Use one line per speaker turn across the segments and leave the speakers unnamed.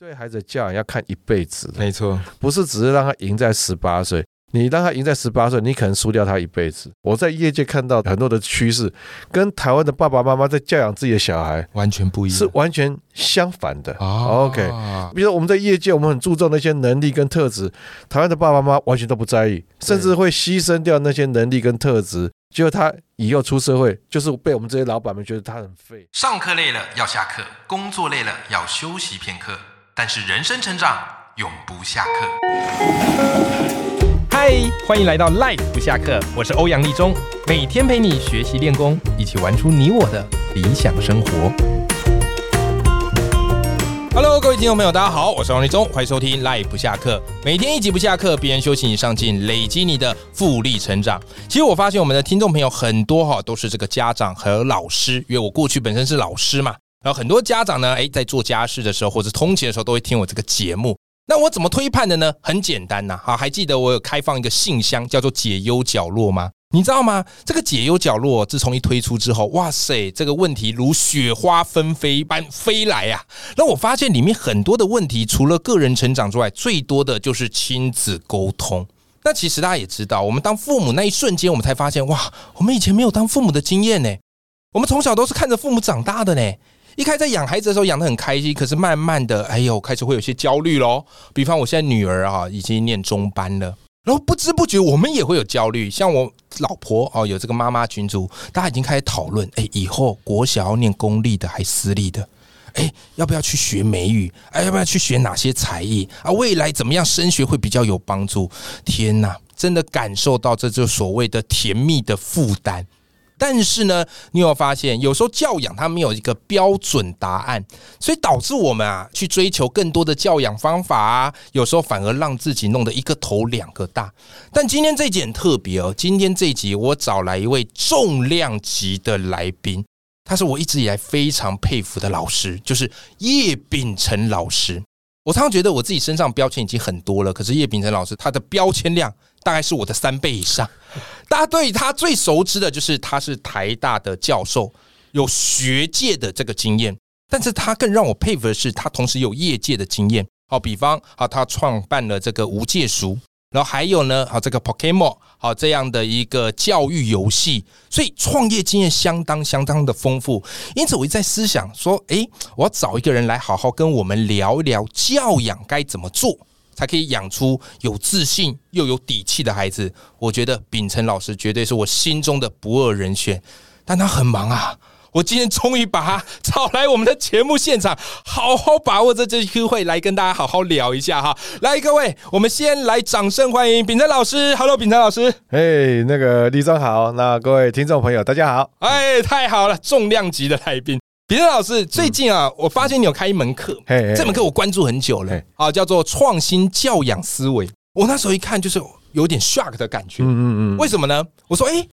对孩子的教养要看一辈子的，
没错，
不是只是让他赢在十八岁。你让他赢在十八岁，你可能输掉他一辈子。我在业界看到很多的趋势，跟台湾的爸爸妈妈在教养自己的小孩
完全不一样。
是完全相反的。
啊
OK 比如说我们在业界，我们很注重那些能力跟特质，台湾的爸爸妈妈完全都不在意，甚至会牺牲掉那些能力跟特质。结果他以后出社会，就是被我们这些老板们觉得他很废。
上课累了要下课，工作累了要休息片刻，但是人生成长永不下课。
嗨，欢迎来到 Life 不下课，我是欧阳立中，每天陪你学习练功，一起玩出你我的理想生活。Hello，各位听众朋友，大家好，我是王立中，欢迎收听 Life 不下课，每天一集不下课，别人休息你上进，累积你的复利成长。其实我发现我们的听众朋友很多哈，都是这个家长和老师，因为我过去本身是老师嘛，然后很多家长呢，诶，在做家事的时候或者通勤的时候，都会听我这个节目。那我怎么推判的呢？很简单呐、好，还记得我有开放一个信箱，叫做“解忧角落”吗？你知道吗？这个解忧角落自从一推出之后，哇塞，这个问题如雪花纷飞般飞来呀、啊！那我发现里面很多的问题，除了个人成长之外，最多的就是亲子沟通。那其实大家也知道，我们当父母那一瞬间，我们才发现，哇，我们以前没有当父母的经验呢。我们从小都是看着父母长大的呢。一开始在养孩子的时候养得很开心，可是慢慢的，哎呦，开始会有些焦虑咯。比方我现在女儿啊，已经念中班了。然后不知不觉，我们也会有焦虑。像我老婆哦，有这个妈妈群组，大家已经开始讨论，哎，以后国小要念公立的还是私立的？哎，要不要去学美语？哎，要不要去学哪些才艺啊？未来怎么样升学会比较有帮助？天哪，真的感受到这就所谓的甜蜜的负担。但是呢，你有没有发现，有时候教养它没有一个标准答案，所以导致我们啊去追求更多的教养方法啊，有时候反而让自己弄得一个头两个大。但今天这一集很特别哦，今天这一集我找来一位重量级的来宾，他是我一直以来非常佩服的老师，就是叶秉成老师。我常常觉得我自己身上标签已经很多了，可是叶秉成老师他的标签量大概是我的三倍以上。大家对他最熟知的就是他是台大的教授，有学界的这个经验，但是他更让我佩服的是，他同时有业界的经验。好，比方啊，他创办了这个无界塾，然后还有呢，好这个 Pokemon 好这样的一个教育游戏，所以创业经验相当相当的丰富。因此，我一直在思想说，诶，我要找一个人来好好跟我们聊一聊教养该怎么做。才可以养出有自信又有底气的孩子。我觉得秉承老师绝对是我心中的不二人选，但他很忙啊。我今天终于把他找来我们的节目现场，好好把握这次机会来跟大家好好聊一下哈。来，各位，我们先来掌声欢迎秉承老师。Hello，秉承老师。
嘿，那个立中好，那各位听众朋友，大家好。
哎，太好了，重量级的来宾。秉承老师，最近啊，我发现你有开一门课，
嘿嘿
这门课我关注很久了
嘿，
啊，叫做创新教养思维。我那时候一看就是有点 shock 的感觉，
嗯嗯嗯，
为什么呢？我说，哎、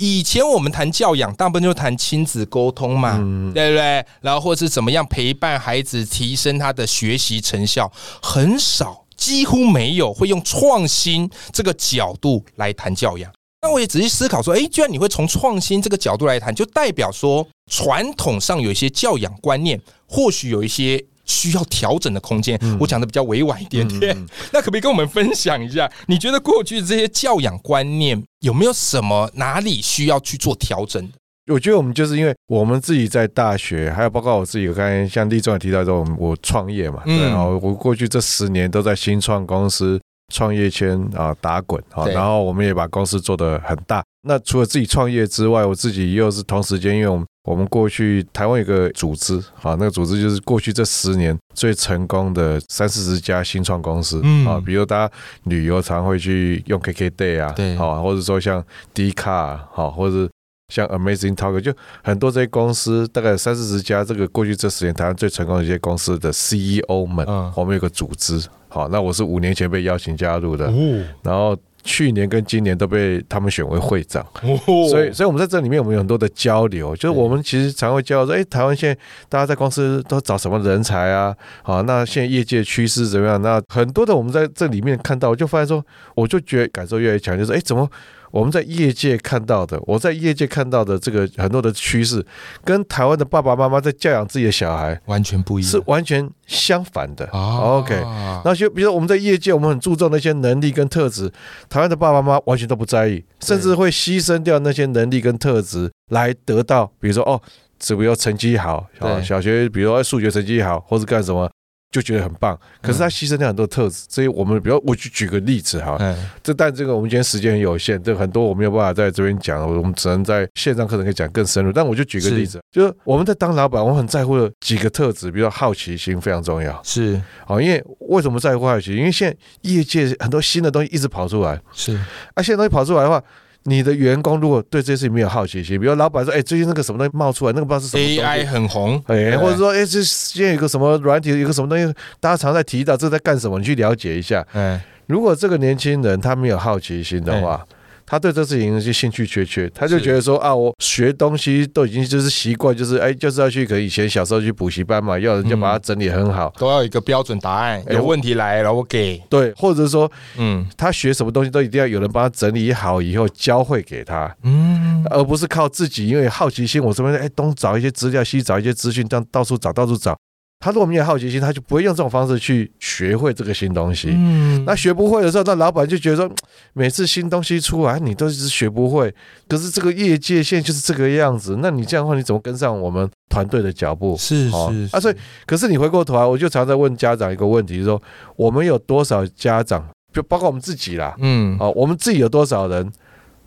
以前我们谈教养，大部分就谈亲子沟通嘛，
嗯
对不对？然后或是怎么样陪伴孩子提升他的学习成效，很少，几乎没有会用创新这个角度来谈教养。那我也仔细思考说，哎，居然你会从创新这个角度来谈，就代表说传统上有一些教养观念，或许有一些需要调整的空间。
嗯
我讲的比较委婉一点点， 那可不可以跟我们分享一下？你觉得过去这些教养观念有没有什么哪里需要去做调整的？
我觉得我们就是因为我们自己在大学，还有包括我自己，我刚才像立中也提到说，我创业嘛，
嗯
对，然后我过去这十年都在新创公司创业圈啊打滚啊，
对
然后我们也把公司做得很大。那除了自己创业之外，我自己又是同时间，因为我们我们过去台湾有个组织啊，那个组织就是过去这十年最成功的三四十家新创公司
嗯
啊，比如大家旅游常会去用 KKday 啊，
对
好，或者说像 D 卡好，或者像 Amazing Talk，就很多这些公司，大概有三四十家，这个过去这十年台湾最成功的一些公司的 CEO 们，
嗯
我们有个组织，好，那我是五年前被邀请加入的，
哦
然后去年跟今年都被他们选为会长，
哦
所以，所以我们在这里面我们有很多的交流，就是我们其实常会交流说，哎、台湾现在大家在公司都找什么人才啊？好，那现在业界趋势怎么样？那很多的我们在这里面看到，我就发现说，我就觉得感受越来越强，就是哎、诶怎么我们在业界看到的，我在业界看到的这个很多的趋势，跟台湾的爸爸妈妈在教养自己的小孩
完全不一样。
是完全相反的。
啊
OK，那就比如说我们在业界，我们很注重那些能力跟特质，台湾的爸爸妈妈完全都不在意，甚至会牺牲掉那些能力跟特质来得到，比如说哦，只不过成绩好，啊，
对
小学比如说数学成绩好，或是干什么。就觉得很棒，可是他牺牲掉很多特质，所以我们比如我去举个例子哈，
嗯，
这但这个我们今天时间很有限，这很多我没有办法在这边讲，我们只能在线上课程可以讲更深入。但我就举个
是
例子，就是我们在当老板，我很在乎的几个特质，比如说好奇心非常重要。
是
好，哦因为为什么在乎好奇心？因为现在业界很多新的东西一直跑出来，
是，
啊，现在东西跑出来的话。你的员工如果对这些事情没有好奇心，比如老板说：“哎、最近那个什么东西冒出来，那个不知道是什么东西
AI 很红，
哎，
对
或者说，哎，这现在有个什么软体，有个什么东西，大家常在提到，这在干什么？你去了解一下。
嗯，
如果这个年轻人他没有好奇心的话，他对这事情是兴趣缺缺，他就是觉得说啊，我学东西都已经就是习惯，就是哎，就是要去，可能以前小时候去补习班嘛，要人家把它整理很好，
都要有一个标准答案，
哎
有
我
问题来了我给，
对，或者说
嗯
他学什么东西都一定要有人帮他整理好以后教会给他，
嗯，
而不是靠自己，因为好奇心，我这边哎东找一些资料，西找一些资讯，这样到处找到处找。他如果没有好奇心，他就不会用这种方式去学会这个新东西。
嗯
那学不会的时候，那老板就觉得说，每次新东西出啊来，你都是学不会。可是这个业界现在就是这个样子，那你这样的话，你怎么跟上我们团队的脚步？
是
哦
是
啊所以可是你回过头来，我就常在问家长一个问题就是说我们有多少家长，就包括我们自己啦，
嗯，
哦，我们自己有多少人，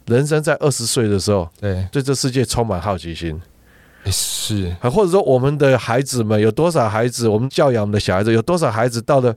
人生在二十岁的时候，
对，
对这世界充满好奇心，
哎是
啊或者说我们的孩子们有多少孩子，我们教养我们的小孩子有多少孩子到了。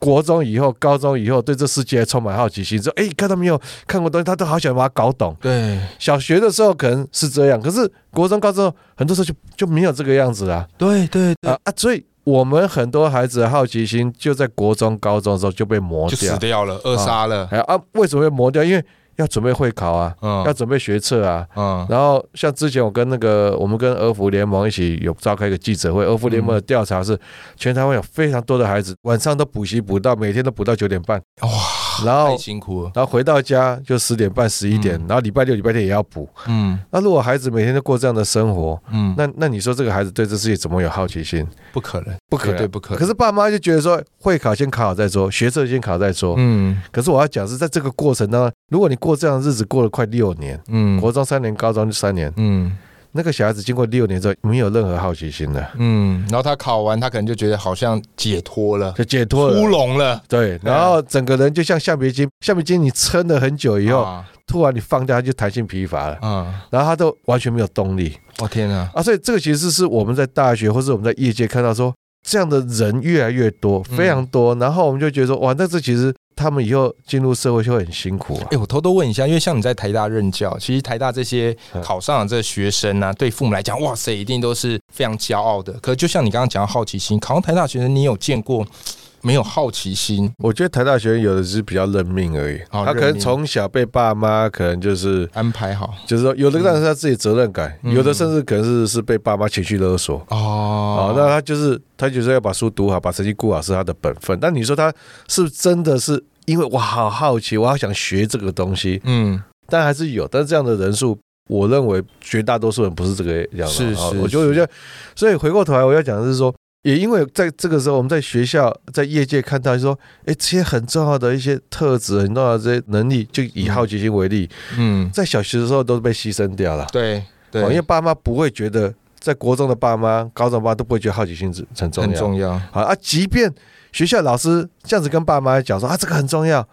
国中以后、高中以后，对这世界充满好奇心，说：“哎，看到没有？看过东西，他都好想把它搞懂。
对”
小学的时候可能是这样，可是国中、高中很多时候就就没有这个样子啦、
对对对，
啊啊！所以我们很多孩子的好奇心就在国中、高中的时候就被磨
就死
掉。
掉了，扼杀了，
哎啊，为什么会磨掉？因为要准备会考啊，要
嗯
准备学测啊，
嗯，
然后像之前我跟那个我们跟儿福联盟一起有召开一个记者会，儿福联盟的调查是，全台湾有非常多的孩子晚上都补习补到，每天都补到九点半，
哇，
然
太
后
辛苦了，
然后回到家就十点半十一点
嗯，
然后礼拜六礼拜天也要补。
嗯
那如果孩子每天都过这样的生活，
嗯，
那那你说这个孩子对这世界怎么有好奇心？
不可能，
不可
绝对
能。
不可能，
可是爸妈就觉得说，会考先考好再说，学测先考再说。
嗯
可是我要讲是在这个过程当中，如果你过这样的日子过了快六年，
嗯
国中三年，高中三年，
嗯
那个小孩子经过六年之后，没有任何好奇心了，
嗯，然后他考完，他可能就觉得好像解脱了，
就解脱
出
了。
笼了。
对，然后整个人就像橡皮筋，橡皮筋你撑了很久以后，
啊
突然你放掉，它就弹性疲乏了，
啊！
然后他都完全没有动力
我天啊！
啊！所以这个其实是我们在大学或是我们在业界看到说，这样的人越来越多，
嗯
非常多，然后我们就觉得说，哇，那这其实他们以后进入社会就会很辛苦啊
哎、。我偷偷问一下，因为像你在台大任教，其实台大这些
嗯
考上的这学生啊，对父母来讲，哇塞，一定都是非常骄傲的。可就像你刚刚讲的好奇心，考上台大学生，你有见过没有好奇心？
我觉得台大学生有的是比较认命而已，
哦
他可
认
能
命
从小被爸妈可能就是
安排好
就是说，有的当然是他自己的责任感，
嗯
有的甚至可能是是被爸妈情绪勒索。
哦
哦，那他就是他就是要把书读好，把成绩顾好是他的本分。但你说他是不是真的是因为我好好奇，我好想学这个东西，
嗯，
但还是有。但是这样的人数，我认为绝大多数人不是这个样子。
是
哦
是
我觉得
是
我觉得，所以回过头来我要讲的是说，也因为在这个时候，我们在学校在业界看到就是说，哎，这些很重要的一些特质，很重要的这些能力，就以好奇心为例，
嗯，
在小学的时候都是被牺牲掉了。
对对，
哦因为爸妈不会觉得，在国中的爸妈、高中的爸妈都不会觉得好奇心是很重
很
要。
重要，
好啊，即便学校老师这样子跟爸妈讲说啊，这个很重要，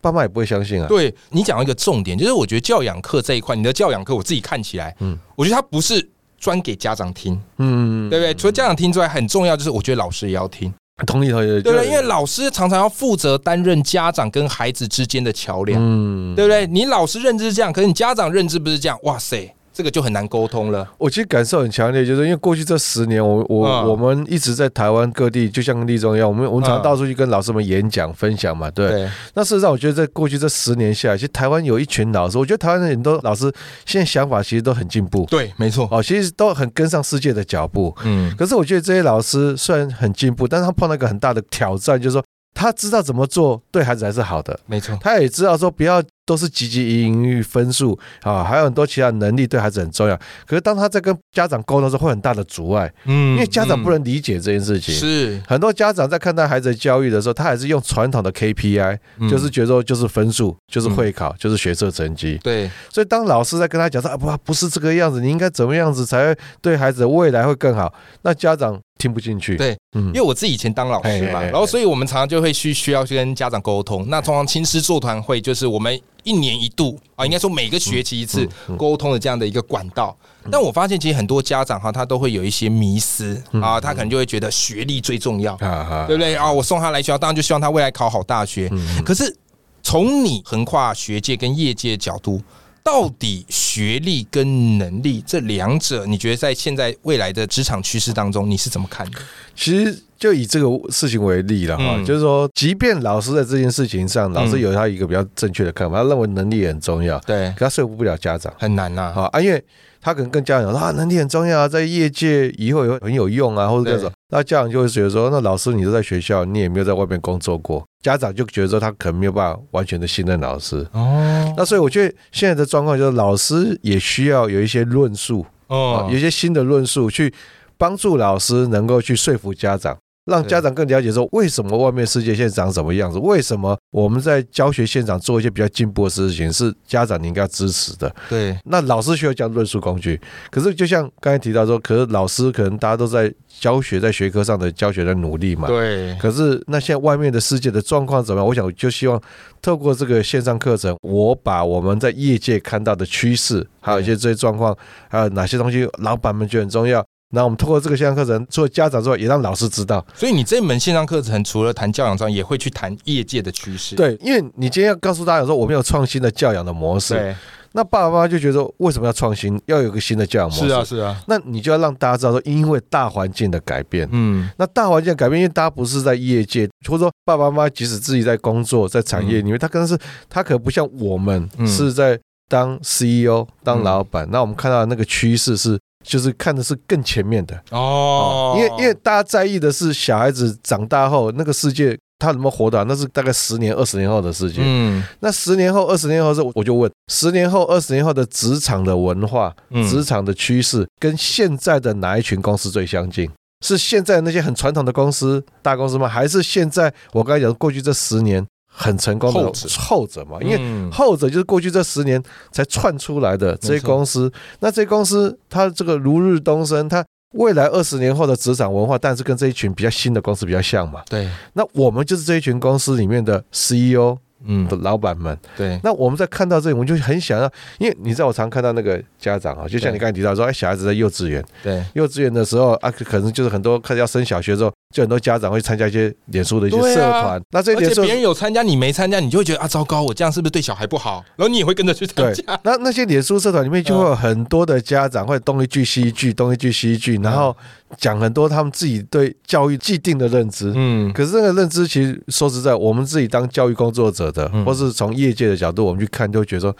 爸妈也不会相信啊。
对你讲到一个重点，就是我觉得教养课这一块，你的教养课我自己看起来，嗯
嗯，
我觉得它不是专给家长听，
嗯，
对不对？除了家长听之外，很重要就是我觉得老师也要听，
同理同理，
对不
就
对？因为老师常常要负责担任家长跟孩子之间的桥梁，
嗯，
对不对？你老师认知是这样，可是你家长认知不是这样，哇塞，这个就很难沟通了。
我其实感受很强烈，就是因为过去这十年，我我、
嗯
我们一直在台湾各地，就像立中一样，我们我们
嗯
常到处去跟老师们演讲分享嘛，对。
对，
那事实上，我觉得在过去这十年下来，其实台湾有一群老师，我觉得台湾的很多老师现在想法其实都很进步，
对，没错，
哦，其实都很跟上世界的脚步。
嗯，
可是我觉得这些老师虽然很进步，但是他碰到一个很大的挑战，就是说他知道怎么做对孩子还是好的，
没错，
他也知道说不要都是积极营育分数啊，还有很多其他能力对孩子很重要。可是当他在跟家长沟通的时候，会很大的阻碍，
嗯
因为家长不能理解这件事
嗯
情。
是，
很多家长在看待孩子的教育的时候，他还是用传统的 KPI，、
嗯
就是觉得说就是分数，就是会考，就是学测成绩。
对，
所以当老师在跟他讲说啊不不是这个样子，你应该怎么样子才会对孩子的未来会更好，那家长听不进去。
对，
嗯
因为我自己以前当老师
嘿嘿
嘛，
嘿
然后所以我们常常就会去需要去跟家长沟通。那通常亲师座谈会就是我们一年一度啊，应该说每个学期一
嗯
次沟通的这样的一个管道。但我发现其实很多家长哈，他都会有一些迷思
嗯
啊，他可能就会觉得学历最重要，
啊哈
对不对啊？我送他来学校，当然就希望他未来考好大
嗯
学。可是从你横跨学界跟业界的角度，到底学历跟能力这两者，你觉得在现在未来的职场趋势当中，你是怎么看的？
其实就以这个事情为例了哈，
嗯
就是说，即便老师在这件事情上，老师有他一个比较正确的看法，他认为能力也很重要，
对，
可他说服不了家长。
很难呐、
好啊，因为他可能跟家长说啊，能力很重要啊，在业界以后有很有用啊，或者各种
对。
那家长就会觉得说，那老师你都在学校，你也没有在外面工作过，家长就觉得说他可能没有办法完全的信任老师。
哦，
那所以我觉得现在的状况就是，老师也需要有一些论述，啊，有一
哦，
些新的论述去帮助老师能够去说服家长，让
对
家长更了解说为什么外面世界现在长什么样子，为什么我们在教学现场做一些比较进步的事情是家长你应该要支持的。
对，
那老师需要这样论述工具，可是就像刚才提到说，可是老师可能大家都在教学，在学科上的教学的努力嘛。
对，
可是那现在外面的世界的状况怎么样？我想就希望透过这个线上课程，我把我们在业界看到的趋势，还有一些这些状况，还有哪些东西老板们觉得很重要。那我们透过这个线上课程，除了家长之外，也让老师知道。
所以你这门线上课程除了谈教养之外，也会去谈业界的趋势。
对，因为你今天要告诉大家说，我们有创新的教养的模式。
对，
那爸爸妈妈就觉得说为什么要创新？要有个新的教养模式。
是啊，是啊，
那你就要让大家知道说，因为大环境的改变。
嗯，
那大环境的改变，因为大家不是在业界，或者说爸爸妈妈即使自己在工作，在产业里面，他可能是他可能不像我们、
嗯
是在当 CEO 当老板。那我们看到的那个趋势是，就是看的是更前面的
哦，
因为因为大家在意的是小孩子长大后那个世界他能不能活得好，那是大概十年二十年后的世界。
嗯
那十年后二十年后是，我就问，十年后二十年后的职场的文化，
嗯
职场的趋势跟现在的哪一群公司最相近？是现在那些很传统的公司、大公司吗？还是现在我刚才讲过去这十年很成功的
后者
后者嘛？因为
嗯
后者就是过去这十年才窜出来的这些公司，那这些公司它这个如日东升，它未来二十年后的职场文化，但是跟这一群比较新的公司比较像嘛？
对，
那我们就是这一群公司里面的 CEO
嗯
的老板们，
对，
那我们在看到这里，我们就很想要，因为你知道，我常看到那个家长啊，就像你刚才提到说，哎，小孩子在幼稚园，
对
幼稚园的时候啊，可可能就是很多开始要升小学之后，就很多家长会参加一些脸书的一些
对啊
社团，那这些
而
脸
且
书
别人有参加，你没参加，你就会觉得啊，糟糕，我这样是不是对小孩不好？然后你也会跟着去参
对
加。，
那那些脸书社团里面就会有很多的家长会东一句西一句，东一句西一句，然后讲很多他们自己对教育既定的认知。
嗯，
可是这个认知，其实说实在，我们自己当教育工作者的，
嗯
或是从业界的角度，我们去看，就会觉得说，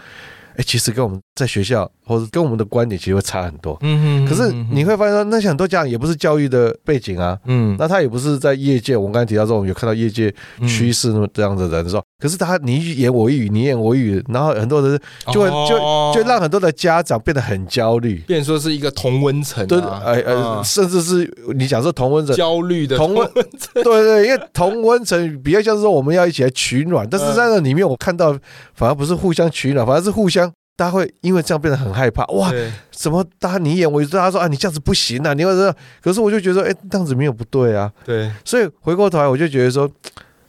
哎，其实跟我们在学校或者跟我们的观点其实会差很多。
嗯
可是你，会发现说，那些很多家长也不是教育的背景啊，
嗯
那他也不是在业界。我们刚才提到说，我们有看到业界趋势那么这样的人
嗯
说，可是他你一言我一语，你一言我一语，然后很多人就会就就让很多的家长变得很焦虑，
哦变成说是一个同温层啊，
对，哎呃，
啊
甚至是你讲说同温层，
焦虑的
同温 对对，因为同温层比较像是说我们要一起来取暖，但是在那里面我看到反而不是互相取暖，反而是互相。大家会因为这样变得很害怕，哇！
对
怎么大家你一眼我一眼，大家说啊，你这样子不行啊，你要这样。可是我就觉得，哎、这样子没有不对啊。
对
所以回过头来，我就觉得说，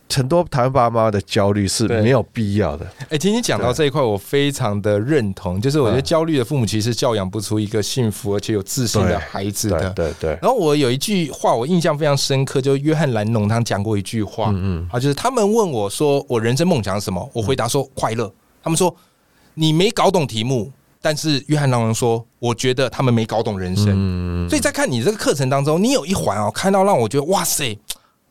很多台湾爸妈的焦虑是
对
没有必要的。
哎、今天讲到这一块，我非常的认同，就是我觉得焦虑的父母其实是教养不出一个幸福而且有自信的孩子
对
的。
对对，
然后我有一句话我印象非常深刻，就是约翰兰农他讲过一句话，
嗯嗯，
啊，就是他们问我说我人生梦想是什么，我回答说快乐。他们说你没搞懂题目，但是约翰·朗龙说，我觉得他们没搞懂人生。
嗯，
所以在看你这个课程当中，你有一环哦，看到让我觉得哇塞，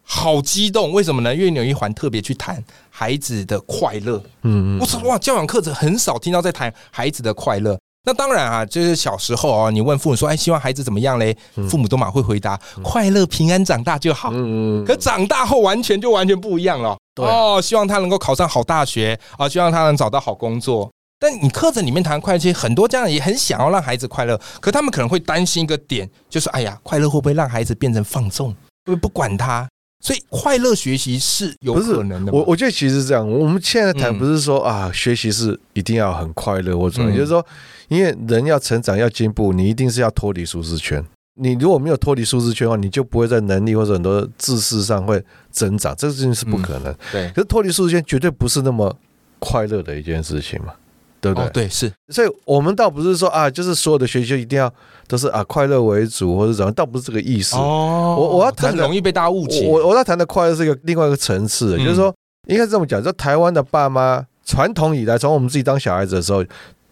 好激动。为什么呢？因为你有一环特别去谈孩子的快乐。
嗯嗯
我说哇，教养课程很少听到在谈孩子的快乐。那当然啊，就是小时候啊，你问父母说，哎，希望孩子怎么样嘞？父母都马会回答，快乐平安长大就好。
嗯嗯嗯，
可长大后完全就完全不一样了。
对
哦，希望他能够考上好大学啊，希望他能找到好工作。但你课程里面谈快乐，其实很多家长也很想要让孩子快乐，可他们可能会担心一个点，就是哎呀，快乐会不会让孩子变成放纵，会不会不管他？所以快乐学习是有
不是
可能的吗。
我我觉得其实是这样，我们现在谈
嗯
不是说、啊，学习是一定要很快乐或者什么，
嗯
就是说，因为人要成长要进步，你一定是要脱离舒适圈。你如果没有脱离舒适圈的话，你就不会在能力或者很多知识上会增长，这个事情是不
嗯
可能。
对
可是脱离舒适圈绝对不是那么快乐的一件事情嘛，对不对？
哦，对是，
所以我们倒不是说啊，就是所有的学习就一定要都是啊快乐为主或者怎么样，倒不是这个意思。
哦
我我要
这
谈
很
的
容易被大家误解。
我我我要谈的快乐是一个另外一个层次的，
嗯
就是说，应该是这么讲，就台湾的爸妈传统以来，从我们自己当小孩子的时候，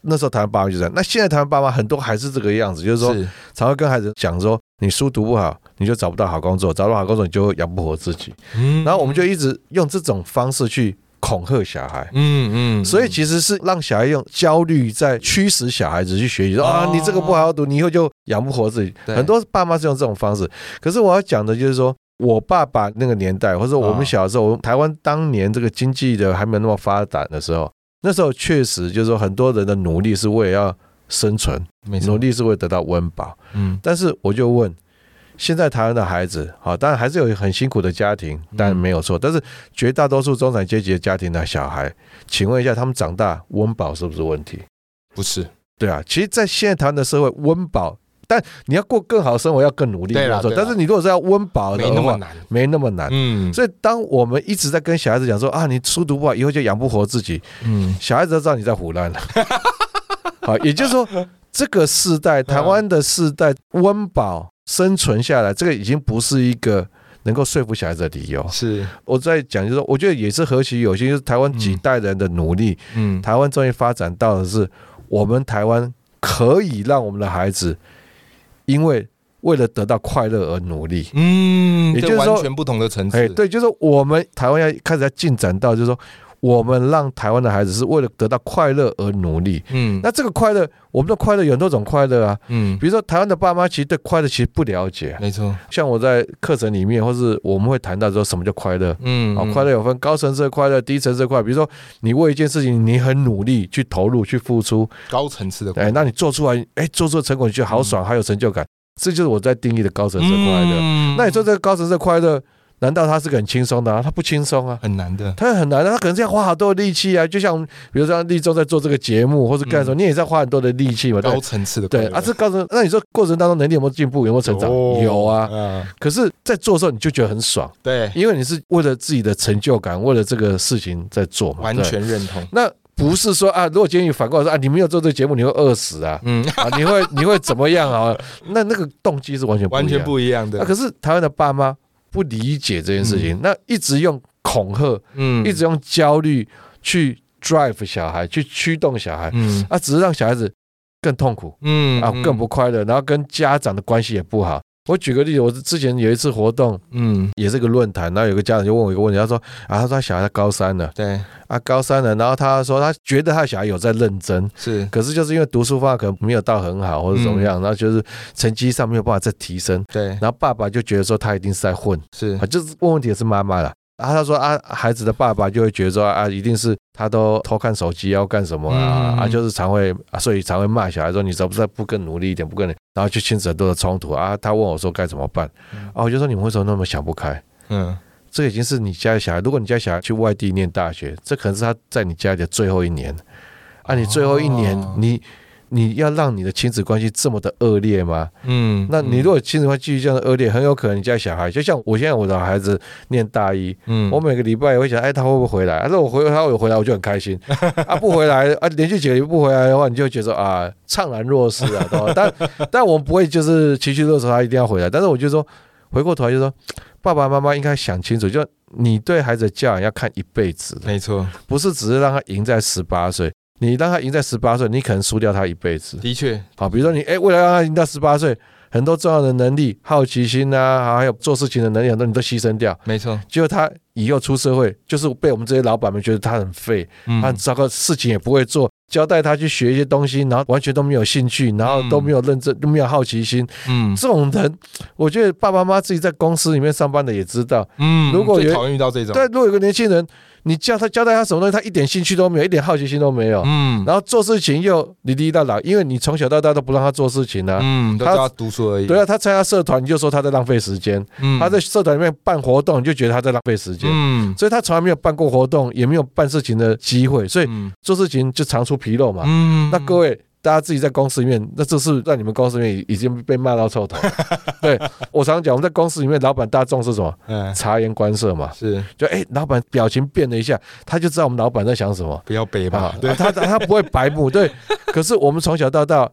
那时候台湾爸妈就这样。那现在台湾爸妈很多还是这个样子，就是说，
是
常会跟孩子讲说，你书读不好，你就找不到好工作，找不到好工作你就养不活自己。
嗯
然后我们就一直用这种方式去恐吓小孩。
嗯嗯，
所以其实是让小孩用焦虑在驱使小孩子去学习，说啊
哦，
你这个不好好读，你以后就养不活自己。
对
很多爸妈是用这种方式，可是我要讲的就是说。我爸爸那个年代，或者我
哦
们小时候，我们台湾当年这个经济的还没有那么发达的时候，那时候确实就是说很多人的努力是为了要生存，
没错
努，力是为了得到温饱。
嗯
但是我就问，现在台湾的孩子，好，当然还是有很辛苦的家庭，
嗯
当然没有错。但是绝大多数中产阶级的家庭的小孩，请问一下，他们长大温饱是不是问题？
不是，
对啊，其实，在现在台湾的社会，温饱，但你要过更好的生活，要更努力
对啦
工作。
对啦
但是你如果是要温饱的
没那么
话，
难。
没那么难。
嗯，
所以，当我们一直在跟小孩子讲说啊，你书读不好，以后就养不活自己，
嗯
小孩子都知道你在胡乱了。 好，也就是说，这个世代，台湾的世代温饱生存下来，这个已经不是一个能够说服小孩子的理由。
是，
我在讲，就是说，我觉得也是何其有幸，就是台湾几代人的努力，
嗯，
台湾终于发展到的是，我们台湾可以让我们的孩子，因为为了得到快乐而努力。
嗯，
也
这
就是说
完全不同的层
哎，
次，，
对，就是我们台湾要开始要进展到，就是说，我们让台湾的孩子是为了得到快乐而努力。
嗯，
那这个快乐，我们的快乐有很多种快乐啊。
嗯
比，如说，台湾的爸妈其实对快乐其实不了解啊、
没错，
像我在课程里面，或是我们会谈到说什么叫快乐
嗯，
啊？
嗯
快乐，有分高层次的快乐、低层次的快乐。比如说，你为一件事情你很努力去投入、去付出，
高层次的快乐，
哎，那你做出来，哎，做出的成果你觉得好爽，还有成就感，这就是我在定义的高层次的快乐。
嗯
那你说这个高层次的快乐，难道它是个很轻松的、啊？它不轻松啊。
很难的，
他很难，他可能是要花好多的力气啊。就像我们比如说像立中在做这个节目，或是干
嗯
什么，你也在花很多的力气嘛。对
高层次的快
对
乐
啊，这告诉那你说过程当中能力有没有进步，有没有成长？
哦
有啊。
嗯，
可是，在做的时候你就觉得很爽，
对，
因为你是为了自己的成就感，为了这个事情在做嘛。
完
对
全认同，
那不是说啊，如果今天你反过来说啊，你没有做这个节目，你会饿死 啊，
嗯，
啊，你会你会怎么样啊？那那个动机是完全不一样
完全不一样
那、啊、
的，
可是台湾的爸妈不理解这件事情，那一直用恐吓，
嗯
一直，用焦虑去 drive 小孩，去驱动小孩，
嗯
啊，只是让小孩子更痛苦
嗯
啊，
嗯
更不快乐，然后跟家长的关系也不好。我举个例子，我之前有一次活动，
嗯，
也是个论坛，然后有个家长就问我一个问题，他说啊，他说他小孩他高三了
对，
啊，高三了，然后他说他觉得他小孩有在认真，
是，
可是就是因为读书方面可能没有到很好或者怎
嗯
么样，然后就是成绩上没有办法再提升，
对，
然后爸爸就觉得说他一定是在混，
是
啊，，就是问问题也是妈妈啦。啊，他说啊，孩子的爸爸就会觉得说啊，一定是他都偷看手机要干什么啊、
嗯
啊，就是常会、啊，所以常会骂小孩说你怎么再不更努力一点，不更努力，然后就牵扯很多的冲突啊。他问我说该怎么办
嗯
啊，我就说你们为什么那么想不开？
嗯，
这已经是你家的小孩，如果你家小孩去外地念大学，这可能是他在你家里的最后一年啊，你最后一年、
哦
你。你要让你的亲子关系这么的恶劣吗？
嗯，
那你如果亲子关系继续这样的恶劣，很有可能你家小孩，就像我现在我的孩子念大一，
嗯，
我每个礼拜也会想，哎，他会不会回来？ 啊，那我回他有回来，我就很开心。啊，不回来啊，连续几个礼拜不回来的话，你就会觉得啊，怅然若失啊，对吧？但但我们不会就是情绪勒索他一定要回来，但是我就说，回过头来就说，爸爸妈妈应该想清楚，就你对孩子的教养要看一辈子的，
没错，
不是只是让他赢在十八岁。你让他赢在十八岁，你可能输掉他一辈子。
的确，
好，比如说你哎，诶为了让他赢到十八岁，很多重要的能力，好奇心啊，还有做事情的能力，很多你都牺牲掉。
没错，
结果他以后出社会，就是被我们这些老板们觉得他很废，
嗯
他很糟糕，事情也不会做，交代他去学一些东西，然后完全都没有兴趣，然后都没有认真，都没有好奇心。
嗯
这种人，我觉得爸爸妈妈自己在公司里面上班的也知道。
嗯，
如果有
最讨厌遇到这种，
对，如果有个年轻人，你教他交代他什么东西，他一点兴趣都没有，一点好奇心都没有，
嗯，
然后做事情又你滴到老，因为你从小到大都不让他做事情啊。
嗯，都
他
知道读书而已，
对啊，，他参加社团，你就说他在浪费时间；
嗯，
他在社团里面办活动，你就觉得他在浪费时间。
嗯，
所以他从来没有办过活动，也没有办事情的机会，所以
嗯
做事情就常出纰漏嘛。
嗯
那各位，大家自己在公司里面，那这是在你们公司里面已已经被骂到臭头了。对我常讲，我们在公司里面，老板大众是什么？
嗯
察言观色嘛。
是
就哎、老板表情变了一下，他就知道我们老板在想什么
不要背吧
啊，。
对，
他他他不会白目，对。可是我们从小到大，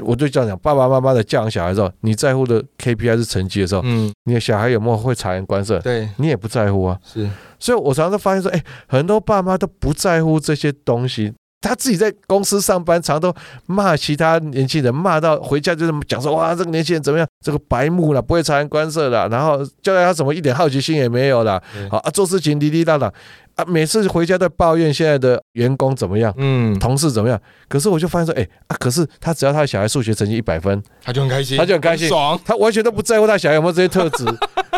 我就这样讲，爸爸妈妈的教养小孩的时候，你在乎的 KPI 是成绩的时候，
嗯，
你的小孩有没有会察言观色，
对，
你也不在乎啊。
是，
所以我常常发现说，哎、很多爸妈都不在乎这些东西。他自己在公司上班，常都骂其他年轻人，骂到回家就是讲说，哇，这个年轻人怎么样，这个白目了，不会察言观色了，然后教代他什么一点好奇心也没有了
对，
好啊，做事情滴滴答答啊，每次回家都抱怨现在的员工怎么样，
嗯，
同事怎么样。可是我就发现说，哎、啊，可是他只要他的小孩数学成绩一百分，
他就很开心，
他就很开心
爽，
他完全都不在乎他小孩有没有这些特质。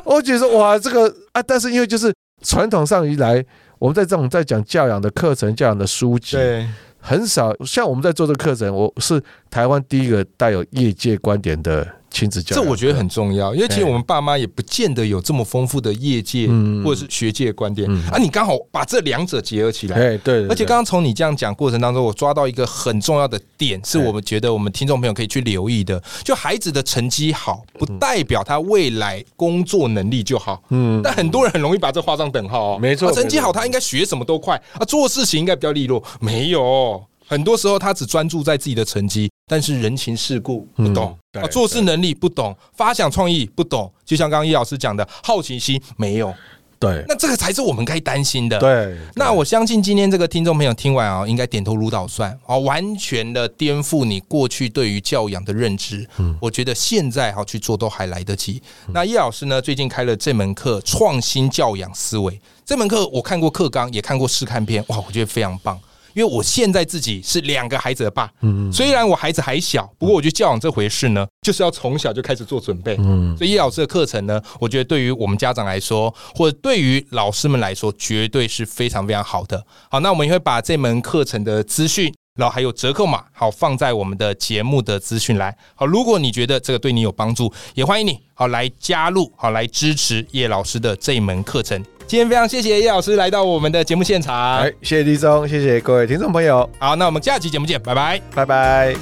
我觉得说哇，这个啊，但是因为就是传统上以来，我们在这种在讲教养的课程、教养的书籍，
对，
很少像我们在做这个课程，我是台湾第一个带有业界观点的亲子教
这
养。
我觉得很重要，因为其实
对
我们爸妈也不见得有这么丰富的业界
哎嗯
或者是学界观点
嗯
啊，你刚好把这两者结合起来，
哎，对，对
而且刚刚从你这样讲过程当中，我抓到一个很重要的
哎
点，是我们觉得我们听众朋友可以去留意的。就孩子的成绩好，不代表他未来工作能力就好。
嗯
但很多人很容易把这画上等号哦。
没错
啊成绩好，
没错
他应该学什么都快啊，做事情应该比较利落。没有，很多时候他只专注在自己的成绩，但是人情世故不懂。
嗯对
啊，做事能力不懂，发想创意不懂，就像刚刚叶老师讲的，好奇心没有，
对
那这个才是我们该担心的。
对，
那我相信今天这个听众朋友听完啊、应该点头如捣蒜啊、完全的颠覆你过去对于教养的认知。嗯，我觉得现在哈、去做都还来得及。那叶老师呢，最近开了这门课《创新教养思维》，这门课我看过课纲，也看过试看片，哇，我觉得非常棒。因为我现在自己是两个孩子的爸，嗯，虽然我孩子还小，不过我觉得教养这回事呢，就是要从小就开始做准备，嗯，所以叶老师的课程呢，我觉得对于我们家长来说，或者对于老师们来说，绝对是非常非常好的。好，那我们也会把这门课程的资讯。然后还有折扣码，好放在我们的节目的资讯栏。好，如果你觉得这个对你有帮助，也欢迎你好来加入，好来支持叶老师的这一门课程。今天非常谢谢叶老师来到我们的节目现场。
哎，谢谢立中，谢谢各位听众朋友，
好，那我们下期节目见，拜拜。
拜拜。